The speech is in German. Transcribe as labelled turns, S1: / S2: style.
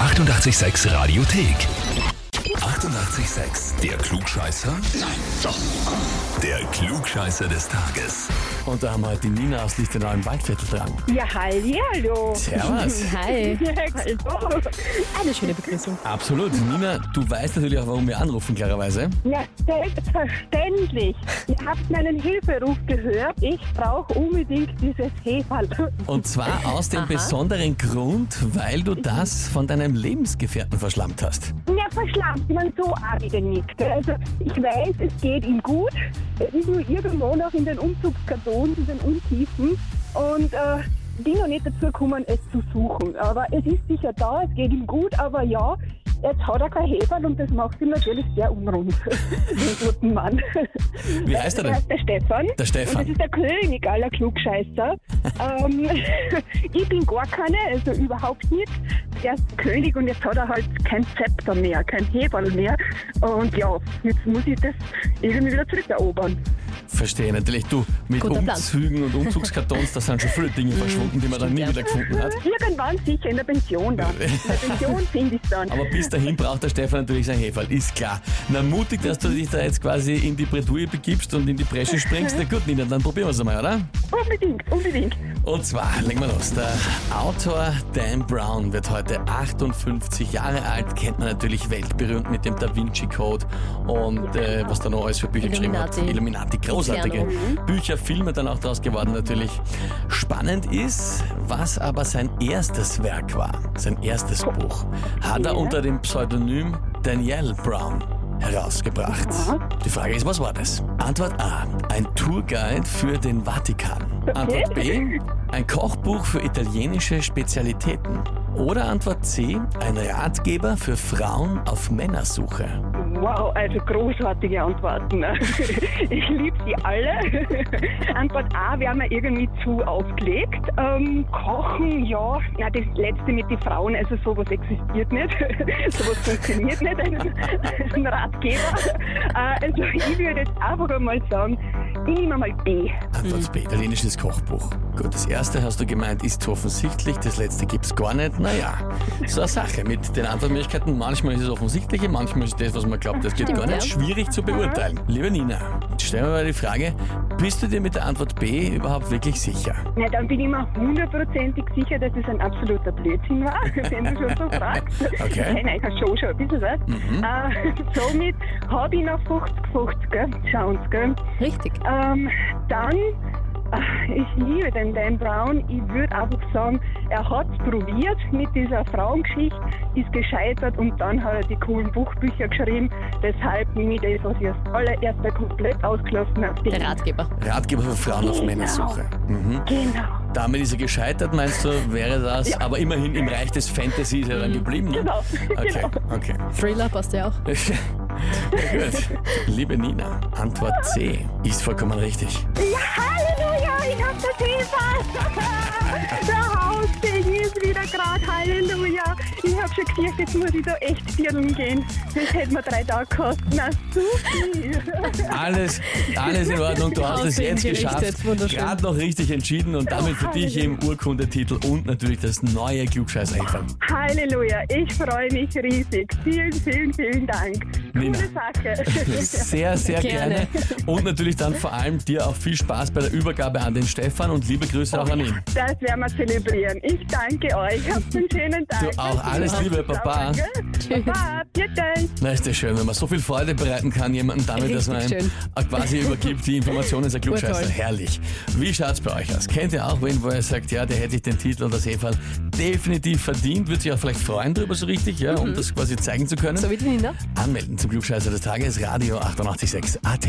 S1: 886 Radiothek. 88,6. Der Klugscheißer? Nein, doch. Der Klugscheißer des Tages.
S2: Und da haben wir halt die Nina aus Lichtenau im Waldviertel dran.
S3: Ja, halli, hallo.
S2: Servus.
S4: Hi.
S3: Ja, hallo.
S4: Eine schöne Begrüßung.
S2: Absolut. Nina, du weißt natürlich auch, warum wir anrufen, klarerweise.
S3: Ja, selbstverständlich. Ihr habt meinen Hilferuf gehört. Ich brauche unbedingt dieses Heferl.
S2: Und zwar aus dem besonderen Grund, weil du das von deinem Lebensgefährten verschlammt hast.
S3: Ja, verschlammt man so auch wieder nicht. gell? Also, ich weiß, es geht ihm gut. Er ist nur irgendwo noch in den Umzugskartons, in den Untiefen. Und äh, bin noch nicht dazu gekommen, es zu suchen. Aber es ist sicher da, es geht ihm gut, aber ja. Jetzt hat er kein Heferl und das macht ihn natürlich sehr unrund, den guten Mann.
S2: Wie heißt er denn?
S3: Er heißt der Stefan.
S2: Der Stefan.
S3: Und das ist der König aller Klugscheißer. ähm, ich bin gar keine, also überhaupt nicht. Er ist König und jetzt hat er halt kein Zepter mehr, kein Hebel mehr. Und ja, jetzt muss ich das irgendwie wieder zurückerobern.
S2: Verstehe natürlich. Du, mit
S4: Guter Plan. Mhm,
S2: Umzügen und Umzugskartons, da sind schon viele Dinge verschwunden, die man dann nie wieder gefunden hat.
S3: Irgendwann sicher in der Pension dann. In der Pension finde ich es dann.
S2: Aber bis dahin braucht der Stefan natürlich sein Heferl, ist klar. Na mutig, dass du dich da jetzt quasi in die Bredouille begibst und in die Bresche springst. Na gut, Nina, dann probieren wir es einmal, oder?
S3: Unbedingt, unbedingt.
S2: Und zwar, legen wir los. Der Autor Dan Brown wird heute 58 Jahre alt, kennt man natürlich weltberühmt mit dem Da Vinci Code und äh, was da noch alles für Bücher geschrieben hat.
S4: Illuminati.
S2: Illuminati, großartige
S4: Inferno.
S2: Bücher, Filme dann auch daraus geworden natürlich. Spannend ist, was aber sein erstes Werk war, sein erstes Buch, hat er unter dem Pseudonym Danielle Brown herausgebracht. Die Frage ist, was war das? Antwort A, ein Tourguide für den Vatikan. Antwort B, ein Kochbuch für italienische Spezialitäten. Oder Antwort C, ein Ratgeber für Frauen auf Männersuche.
S3: Wow, also großartige Antworten. Ich liebe sie alle. Antwort A wäre mir irgendwie zu aufgelegt. Ähm, Kochen, ja. Ja, das Letzte mit den Frauen, also sowas existiert nicht. Sowas funktioniert nicht, ein, ein Ratgeber. Äh, also ich würde jetzt einfach einmal sagen, ich nehme mal B.
S2: Antwort B, italienisches Kochbuch. Gut, das erste hast du gemeint, ist zu offensichtlich, das letzte gibt's gar nicht. Naja, so eine Sache mit den Antwortmöglichkeiten. Manchmal ist es offensichtliche, manchmal ist das, was man glaubt, das geht gar nicht. Schwierig zu beurteilen. Liebe Nina, stellen wir mal die Frage, bist du dir mit der Antwort B überhaupt wirklich sicher?
S3: Na, dann bin ich mir hundertprozentig sicher, dass es ein absoluter Blödsinn war, wenn du schon so fragst.
S2: Okay.
S3: Ich kenne euch schon schon ein bisschen was. Äh, somit habe ich noch 50, 50, gell? Schauen Sie, gell?
S4: Richtig.
S3: Ähm, dann, ach, ich liebe den Dan Brown. Ich würde einfach sagen, er hat es probiert mit dieser Frauengeschichte, ist gescheitert und dann hat er die coolen Buchbücher geschrieben. Deshalb nehme ich das, was ihr alle erstmal komplett ausgelassen habt.
S4: Der Ratgeber.
S2: Ratgeber für Frauen auf
S3: Genau.
S2: Männersuche. Mhm.
S3: Genau.
S2: Damit ist er gescheitert, meinst du, wäre das?
S3: Ja.
S2: Aber immerhin im Reich des Fantasy ist er dann geblieben. Ne?
S3: Genau.
S2: Okay,
S3: Genau.
S2: okay.
S4: Thriller passt ja auch.
S2: Na gut. Liebe Nina, Antwort C ist vollkommen richtig.
S3: Ja, Halleluja, ich hab das Hefe. Der Haussegen ist wieder grad, Halleluja. Ich hab schon gesagt, jetzt muss ich da echt vierteln gehen. Das hätte mir drei Tage gekostet. Na, super.
S2: Alles, alles in Ordnung, du hast es
S4: Aussehen
S2: jetzt geschafft.
S4: gerichtet, wunderschön.
S2: Gerade noch richtig entschieden und damit für dich eben Urkundetitel und natürlich das neue klugscheiß -Eifern.
S3: Halleluja, ich freue mich riesig. Vielen, vielen, vielen Dank.
S2: Nina.
S3: Coole Sache.
S2: Sehr, sehr gerne.
S4: Gerne.
S2: Und natürlich dann vor allem dir auch viel Spaß bei der Übergabe an den Stefan und liebe Grüße auch an ihn.
S3: Das werden wir zelebrieren. Ich danke euch. Habt einen schönen Tag.
S2: Du auch. Alles Liebe, Papa.
S3: Tschüss. Papa, bitte.
S2: Na, ist das schön, wenn man so viel Freude bereiten kann, jemandem damit, dass man
S4: Richtig
S2: einem quasi übergibt, die Informationen ist ein Klugscheißer.
S4: Urteil.
S2: Herrlich. Wie schaut's bei euch aus? Kennt ihr auch wen, wo ihr sagt, ja, der hätte ich den Titel und das Heferl definitiv verdient, würde sich auch vielleicht freuen drüber so richtig, ja, um das quasi zeigen zu können?
S4: Mhm. So wie die Nina.
S2: Anmelden zum Klugscheißer des Tages, Radio 886 AT.